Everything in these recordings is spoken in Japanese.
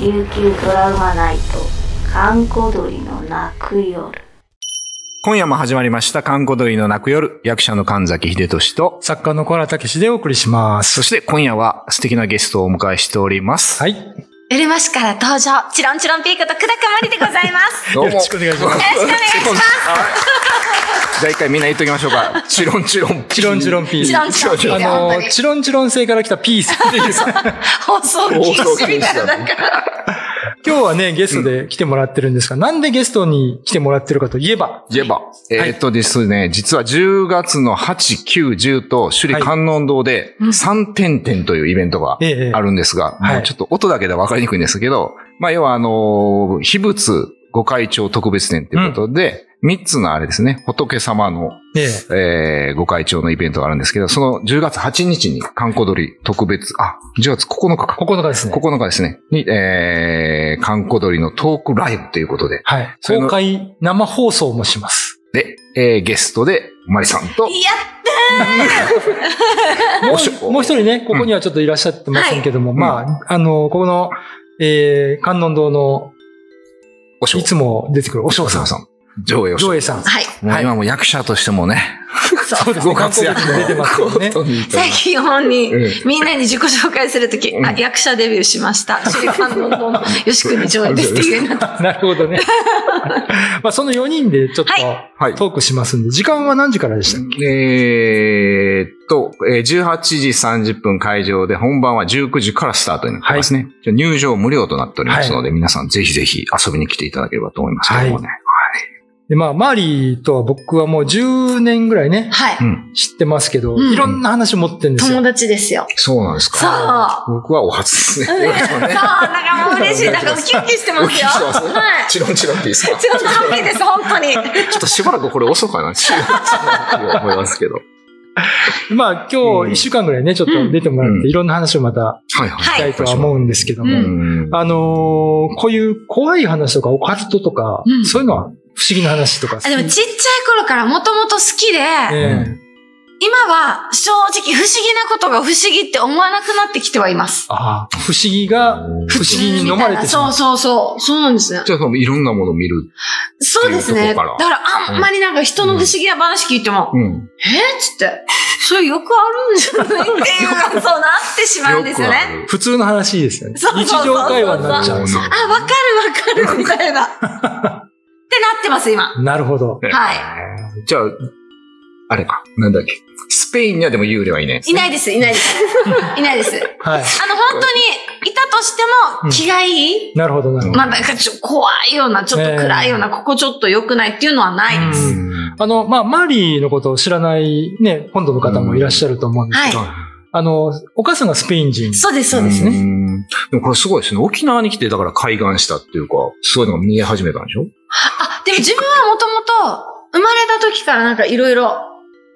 琉球ドラマナイト閑古鳥の泣く夜今夜も始まりました、観光鳥の泣く夜、役者の神崎秀俊と、作家の小原武史でお送りします。そして今夜は素敵なゲストをお迎えしております。はい。うるま市から登場、チロンチロンピークと久高まりでございます。 どうも。よろしくお願いしよますろしくお願いします。 じゃあ一回みんな言っときましょうか。チロンチロン。チロンチロンピース。チロンチロンピースあ本当の、にチロンチロン星から来たピースっていうさ放送禁止みたいな、なんか、今日はね、ゲストで来てもらってるんですが、なんでゲストに来てもらってるかといえば、言えば。えーっとですね、実は10月の8、9、10と、首里観音堂でうん3点点というイベントがええええあるんですが、はいもうちょっと音だけでは分かりにくいんですけど、まあ、要はあのー秘仏御開帳特別展ということで、3つのあれですね、仏様の、えええー、御開帳のイベントがあるんですけど、その10月8日に、観光鳥特別、あ、10月9日か。 9日ですね。 9日ですね。に、えー、観光鳥のトークライブということで、はい。そういうの公開生放送もします。で、えー、ゲストで、マリさんと、もやおしうもう一人ね、ここにはちょっといらっしゃってませんけども、んまあ、あの、ここの、えー、観音堂の、おしょいつも出てくるおお尚ささん。ん。上映を上映さん。はい。もうはい今も役者としてもね、そうですね。ご活躍観光客も出てますよね。本当に最近本にええ、みんなに自己紹介するとき、あ役者デビューしました。シリカンのの吉国上映ですっていうようになって。 なるほ どね。まあ、その4人でちょっはいとトークしますんで、時間は何時からでしたっえーっと、えー18時30分会場で本番は19時からスタートになってますね。じゃあ入場無料となっておりますので、皆さんぜひぜひ遊びに来ていただければと思いますけどもね。けで、まあ、マーリーとは僕はもう10年ぐらいね、はい。うん。知ってますけど、うんいろんな話を持ってるんですよ友。達ですよ。そうなんですそう。か。僕はお初ですうんね。そう、よろしくねなんかもう 嬉しい。なんかキュンキュンして まお聞きすしよ。ますはい。チロンチロンっていいですかちょっとハッピーです、本当に。ちょっとしばらくこれ遅かな、 チロンチロンって思いますけど。まあ、う今ん日1週間ぐらいね、ちょっと出てもらっうんて、いろんな話をまたはいはい。したいとは思うんですけども、はいうんあのーこういう怖い話とか、オカルトとか、うんそういうのは不思議な話とか好き。あでもちっちゃい頃からもともと好きで、ええ今は正直不思議なことが不思議って思わなくなってきてはいます。ああ不思議が不思議に飲まれてしまう。そうそうそう。そうなんですね。じゃあ、そのいろんなものを見る。そうですっていね。うだとかこかららあんまりなんか人の不思議な話聞いても、うん。えっつって、それよくあるんじゃないっていうのがそうなってしまうんですよよくあね。る普通の話ですよね。そうそうそうそう日常会話になっちゃうんですよあ、わかるわかるみたいな。ってなってます、今。なるほど。はじゃあ、あれか。なんだっけ。スペインにはでも幽霊はいない。い。いないです、いないです。いないです。あはい。の、本当にいたとしても気がいい、なるほど、なるほど。まあ、なんかちょっと怖いような、ちょっと暗いような、ここちょっと良くないっていうのはないです。うんあの、まあ、マリーのことを知らないね、本土の方もいらっしゃると思うんですけど、はあの、お母さんがスペイン人。そうです、そうですね。ね。でもこれすごいですね。沖縄に来て、だから海岸したっていうか、すごいのが見え始めたんでしょあ、でも自分はもともと、生まれた時からなんかいろいろ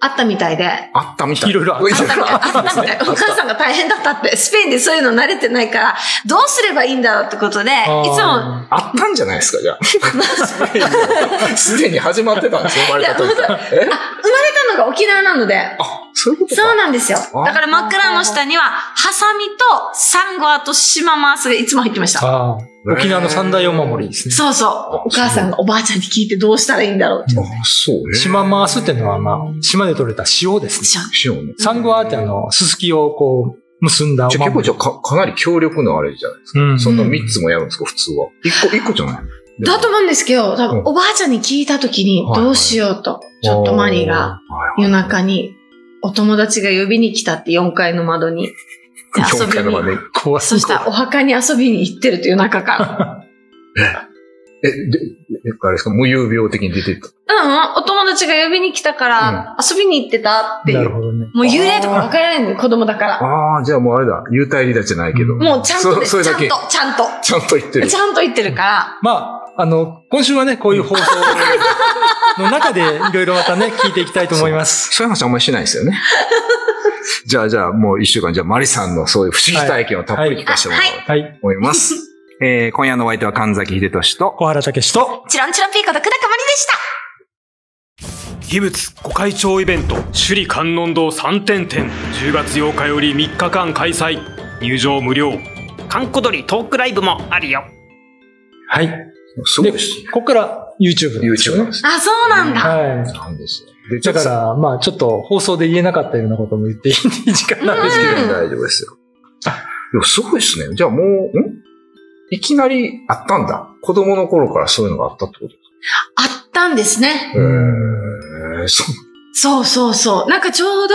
あったみたいで、ああったみたい。いろいろあったったみたいあったみたい。お母さんが大変だったって、スペインでそういうの慣れてないから、どうすればいいんだろうってことで、いあつーも、 あったんじゃないですか、じゃあ。すでに始まってたんですよ、生まれた時から。え生まれたのが沖縄なので、あ、そういうことそうなんですよ。あーだから枕の下には、ハサミとサンゴアとシママースがいつも入ってました。ああ沖縄の三大お守りですね。そうそう。お母さんがおばあちゃんに聞いてどうしたらいいんだろうって。あ、そうね。島マースっていうのは、まあ、島で取れた塩ですね。塩ね。サンゴアーってあの、ススキをこう、結んだおじゃあ結構守じり。ゃあかかなり強力なあれじゃないですか。うんそんな3つもやるんですか、普通は。1個、一個じゃないだと思うんですけど、多分おばあちゃんに聞いたときにはいはいどうしようと、ちょっとマリーが、夜中にお友達が呼びに来たって4階の窓にで遊今び回の場に。ね。怖そした らお墓に遊びに行ってるという中かえ、で、えあれですか、無有病的に出てった。ら、うんうん、お友達が呼びに来たから遊びに行ってたっていなるう。ほどね。もう幽霊とかわからないのに子供だから。ああ、じゃあもうあれだ、幽体離脱じゃないけど。うんもうちゃんとでそす、そちれゃだんとけ、ちゃんと。ちゃんと言ってるち。ゃんと言ってるから。まあ、あの、今週はね、こういう放送の中でいろいろまたね、聞いていきたいと思います。そういう話あんまりしないですよ ね。じゃあ、じゃあ、もう一週間、じゃあ、マリさんのそういう不思議体験をたっぷり聞かせてもらおうとはい。思い ます。えー今夜のお相手は神崎秀俊と、小原武史と、チロンチロンピーコとくだかまりでした。秘仏御開帳イベント首里観音堂3点展10月8日より3日間開催入場無料かんこ鳥トークライブもあるよ。はい。すごいですね。ここから YouTube なんですよ YouTube ねなんですね。あ、そうなんだ。はい。なんですね。で、だから、まあちょっと放送で言えなかったようなことも言っていい時間なんですけど。うん大丈夫ですよ。でもすごいですね。じゃあもう、んいきなりあったんだ。子供の頃からそういうのがあったってことあったんですね。へえ、そそうそうそう。なんかちょうど、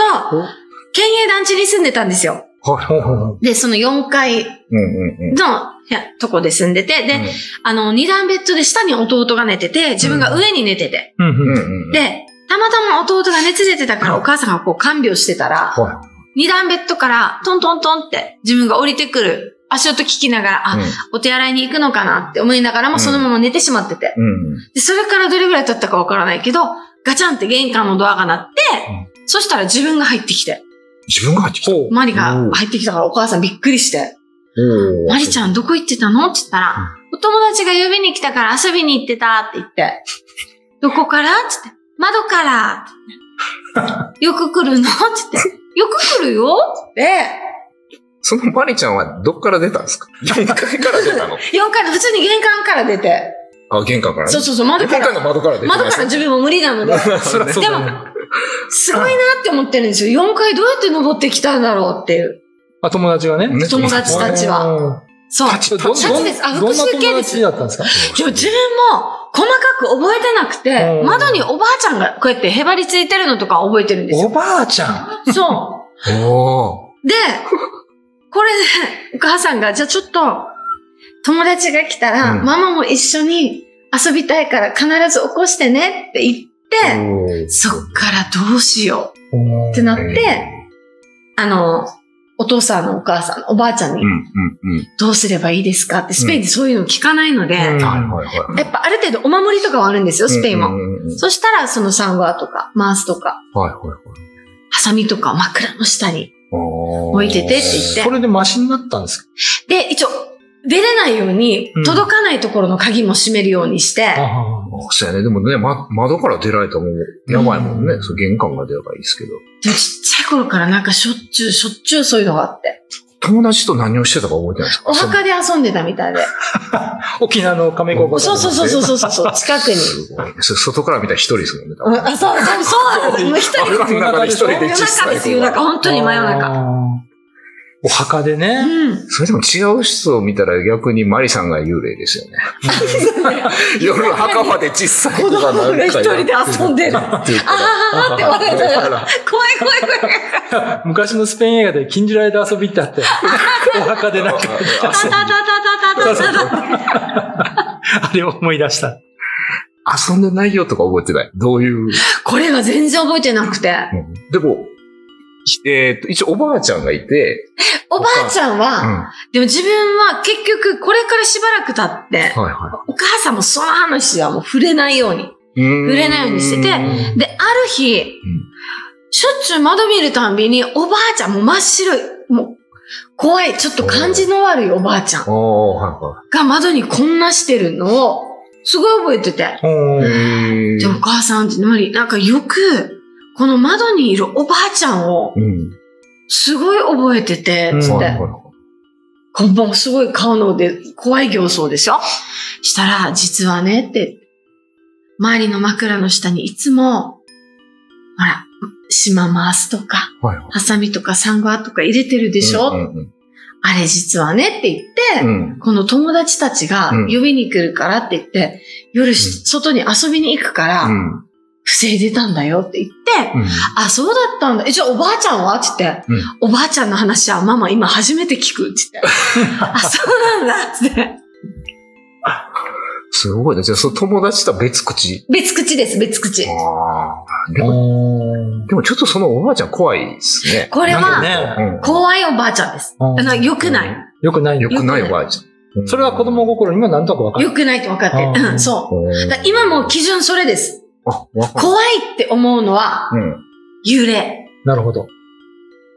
県営団地に住んでたんですよ。う。はい はいはで、その4階い。うんうんうん。の部屋とこで住んでて、で、あの、2段ベッドで下に弟が寝てて、自分が上に寝てて。うんうん、ううんん。うんうん。で、たまたま弟が熱出てたから、うんお母さんがこう看病してたら、は2段ベッドからトントントンって自分が降りてくる足音聞きながら、あ、い。お手洗いに行くのかなって思いながらもそのまま寝てしまってて。うん。うんで、それからどれぐらい経ったかわからないけど、ガチャンって玄関のドアが鳴って、そしたら自分が入ってきて、自分が入ってきた。ほう。マリがおう入ってきたからお母さんびっくりして、おマリちん。ゃんどこ行ってたのって言ったら、お友達が呼びに来たから遊びに行ってたって言って、どこからって言って、窓からって言ってよく来るのって言って、よく来るよって言って、そのマリちゃんはどっから出たんですか ?4 階から出たの。 4階の普通に玄関から出て、 あ、玄関からね。そうそうそう、窓玄か関ら、の窓から出て窓から自分も無理なので、ら。そりゃそうでだもね。、すごいなって思ってるんですよ。4階どうやって登ってきたんだろうっていう。あ、友達がね。ね友達たちは。は。そう。たちどんどんシャツですあどんな複数形友で達すだったんですかでも自分も細かく覚えてなくて、うん窓におばあちゃんがこうやってへばりついてるのとか覚えてるんですおよ。ばあちゃん。そおう。で、これで、お母さんが、じゃあちょっと、友達が来たら、うんママも一緒に遊びたいから必ず起こしてねって言って、ー。そっからどうしようってなっうんて、あの、お父さんのお母さんのおばあちゃんにうん、うんうん。どうすればいいですかって、スペインでそういうの聞かないので、うんはいはいはい。やっぱある程度お守りとかはあるんですよ、スペインうんも。うんうんうんそしたら、そのサンゴアとか、マースとか、はいはいはい。ハサミとか枕の下に。置いててって言ってそれでマシになったんですで、一応、出れないようにうん、届かないところの鍵も閉めるようにしてか、あそうやね。でもね、ま、窓から出られたらもう、やばいもんね。うんそう玄関が出ればいいですけど。でもちっちゃい頃からなんかしょっちゅう、しょっちゅうそういうのがあって、友達と何をしてたか覚えてないですかお墓で遊んでたみたいで。あ沖縄の亀子おごそうそうそうそうそうそう、近くに。すごいね。それ外から見たら一人ですもんね。多うん分あ、そう、多分そうなんです。もう一人夜中で一人で夜小さ中いで子すがよ。夜中、本当に真夜中。中。お墓でうね。ん。それでも違う人を見たら逆にマリさんが幽霊 ですよね。夜墓場で小さい子子が供何が回一人で遊んでる。っていうからあーって笑だいなかがら。ら、怖い怖い怖い。昔のスペイン映画で禁じられた遊びってあ って、お墓でなんか、タタタタタタタタあれを思い出した。遊んでないよとか覚えてない。どういう。これが全然覚えてなくて。でも、えっと、一応おばあちゃんがいて、おばあちゃんうん。は、はでも自分は結局これからしばらく経ってい、はお母さんもその話はもう触れないように。い。触れないようにしててで、ある日、しょっちゅう窓見るたんびにおばあちゃんもう真っ白い、もう怖い、ちょっと感じの悪いおばあちゃんおー、はが窓にこんなしてるのを、すごい覚えてて。おいはい。へーで、おー母さんって、マリなんかよく、この窓にいるおばあちゃんを、うん。すごい覚えてて、つうはんっいてはい。はこんばんはすごい顔ので、怖い形相でしょしたら、実はね、って、周りの枕の下にいつも、ほら、島回すとか、いはい。ハサミとかサンゴアとか入れてるでしょ、うんうんあれ実はねって言って、うん。この友達たちがうん呼びに来るからって言って、夜し、外に遊びに行くから、うん防いでたんだよって言って、うんあ、そうだったんだ。え、じゃあおばあちゃんはって言って、うんおばあちゃんの話はママ今初めて聞くって言って。あ、そうなんだって。すごいね。じゃあ、その友達とは別口。別口です、別口。ああ。でも、おーでもちょっとそのおばあちゃん怖いですね。これなんは、かね。うん怖いおばあちゃんです。うんあの、良くなうい。よくないよよ。くないおばあちゃん。それは子供心にもなんとなくわかる。良くないって分かってうる。んうん、そう。うんだから今もう、基準それです。あ、わかる。怖いって思うのはうん。幽霊。なるほど。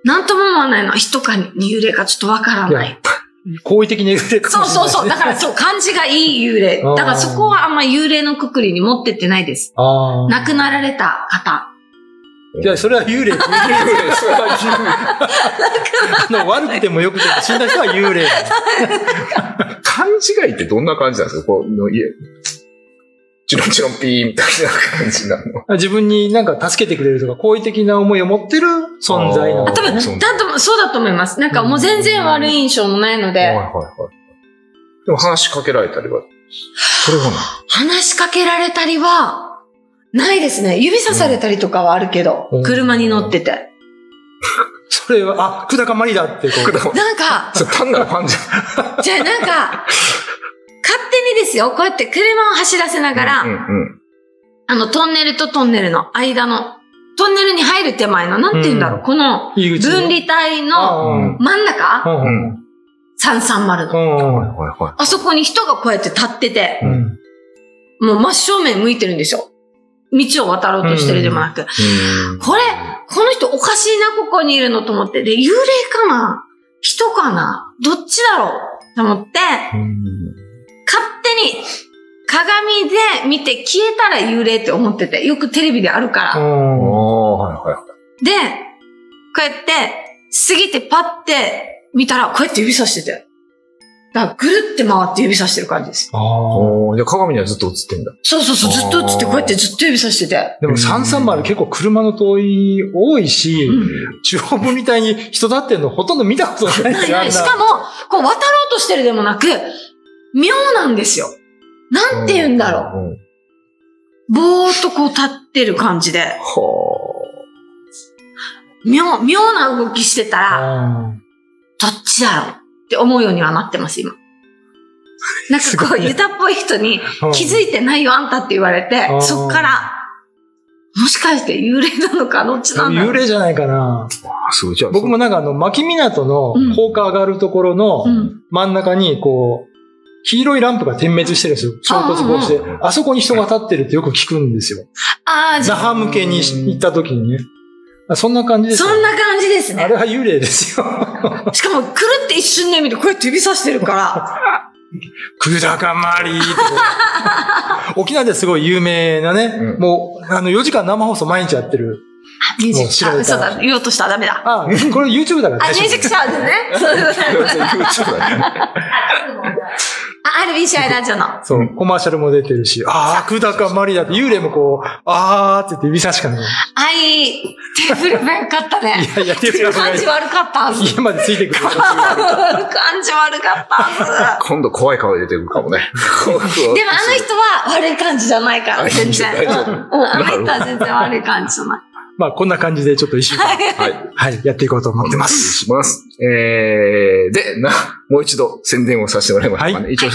なんとも思わないのは人かに幽霊かちょっとわからない。好意的に言ってるかそもうしれなそいうですそう。ねだからそう、感じがいい幽霊。だからそこはあんま幽霊のくくりに持ってってないです。あー亡くなられた方。いや、それは幽霊。幽霊、それは幽霊。あの、悪くても良くても死んだ人は幽霊。勘違いってどんな感じなんですかこう、の家。チロンチロンピーみたいな感じなの。自分になんか助けてくれるとか、好意的な思いを持ってる存在なのあー。多そうなん分、だだと、そうだと思います。なんかもう全然悪い印象もないのはいはいで、はい。でも話しかけられたりは、それはない。話しかけられたりは、ないですね。指さされたりとかはあるけどうん、車に乗ってて。それは、あ、久高まりだってこう。 だからなんか、それ単なるファンじゃじゃあなんか、勝手にですよ、こうやって車を走らせながら、うんうん。あの、トンネルとトンネルの間の、トンネルに入る手前の、なんて言うんだろう、うんこの、入り口分離帯うのん真ん中、うんうん330うの。んはいはいはい。あそこに人がこうやって立ってて、うんもう真正面向いてるんですよ。道を渡ろうとしてるでもなく。うんこれ、この人おかしいな、ここにいるのと思って。で、幽霊かな人かなどっちだろうと思って、勝手に鏡で見て消えたら幽霊って思ってて、よくテレビであるから。あうんあ、はいはい。で、こうやって、過ぎてパッて見たら、こうやって指さしてて。だから、ぐるって回って指さしてる感じです。あおーじゃあ鏡にはずっと映ってんだ。そうそうそう、ずっと映って、こうやってずっと指さしてて。ーでも330結構車の通り多いし、うん地方部みたいに人立ってるのほとんど見たことないないあんない。しかも、こう渡ろうとしてるでもなく、妙なんですよ。なんて言うんだろうん。う。ぼーっとこう立ってる感じで、は妙、妙な動きしてたら、あどっちだろうって思うようにはなってま す、今。なんかこう、ユタっぽい人に、ー気づいてないよ、あんたって言われてう、んそっから、もしかして幽霊なのか、どっちなんだろ幽う。霊じゃないかな。あ。すごい。じゃあ、僕もなんかあの、牧港の高架上がるところうのん。真ん中に、こう、黄色いランプが点滅してるんですよ。衝突防止うんうで。んあそこに人が立ってるってよく聞くんですよ。ああ、じ那ゃ覇向けに行った時にね。そんな感じあですそよんな感じですあねれ。は幽霊ですよ。しかも、くるって一瞬で見て、こうやって指さしてる から、久高まりってこと。沖縄ですごい有名なね、うんもう、あの、4時間生放送毎日やってる。あミュージッもうク知シらャれー、たそうだ、言おうとしたらダメだ。あ、これ YouTube だからあ、ミュージックシャーで ね。そうそうそう YouTube だね。あ RBCI ラジオの。そう、コマーシャルも出てるし、ああ、久高まりだって、幽霊もこう、あーって言って指差しかない。あい、テーブルペンかったね。いや、いや、手振らせな感いじ。悪かったはず。家までついてくる。感じ悪かったはず。今度怖い顔出てくるかもね。でもあのでもあの人は悪い感じじゃないから、全然。大丈夫うん、あの人は全然悪い感じじゃない。まあ、こんな感じでちょっと一週間、はい。はい、やっていこうと思ってます。す。します。えー、で、な、もう一度宣伝をさせてもらいましょうかね。は一応、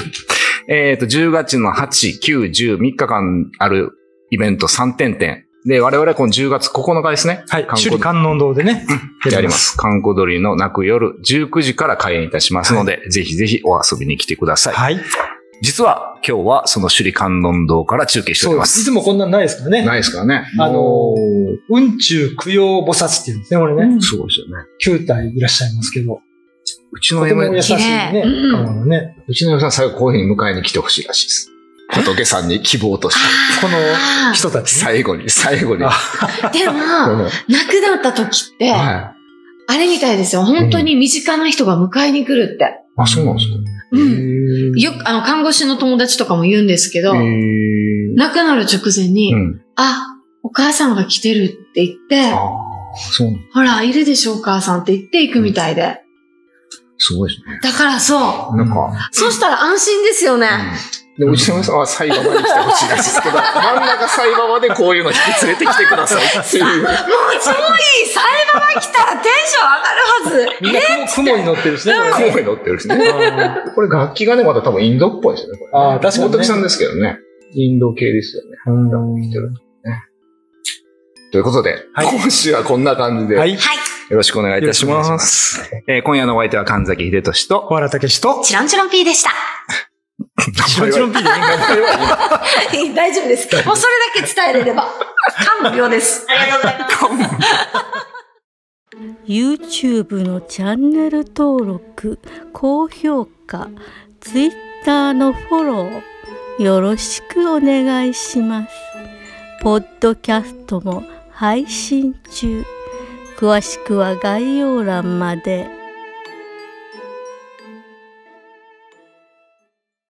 えっ、と、10月の8、9、10、3日間あるイベント3点点。で、我々はこの10月9日ですね。はい、観首光里観音堂でね、やりま。す。観光鳥の泣く夜19時から開演いたしますので、ぜひぜひお遊びに来てください。はい。実は今日はその首里観音堂から中継しておそりうで。ますいす。つもこんなんないですからね。ないですからね。あのーもう雲中供養菩薩っていうんですね、俺ね。すごいですよね。 9体いらっしゃいますけど。うちとのても優 M、しいね綺麗。うん顔のね。うちの M さん最後こういうふうに迎えに来てほしいらしいです。仏さんに希望として、このあ人たちね。最後に、最後に。あーでうも、ん亡くなった時って、はい。あれみたいですよ。本当に身近な人が迎えに来るって。あ、そうなんですか。うん。んよく、あの、看護師の友達とかも言うんですけど、へ亡ーくなる直前に、うん。あ、お母さんが来てるって言ってあ、あ、そうなんほら、いるでしょ、お母さんって言って行くみたいで。すごいですね。だからそなんか、う。そうしたら安心ですよね。で、うちのさんはサイバまで来てほしいらしいですけ ど、真ん中サイバまでこういうの引き連れてきてくださいっていう。もう超いいサイバーが来たらテンション上がるはずみんな雲雲に乗ってるしね、これね声乗ってるんですね。これ楽器がね、また多分インドっぽいですよね。これあー確かにね大竹さんですけどね。インド系ですよね。うんてるということで、はい今週はこんな感じで、はよい。ろしくお願いいたしよろしくお願ま。いしますえー今夜のお相手は神崎秀俊と、小原武史と、チロンチロン P でした。チロンチロン P でいいんかな 大丈夫です。もうそれだけ伝えれ れば。完了です。ありがとうございます。 YouTube のチャンネル登録高評価 Twitter のフォローよろしくお願いしますポッドキャストも配信中詳しくは概要欄まで。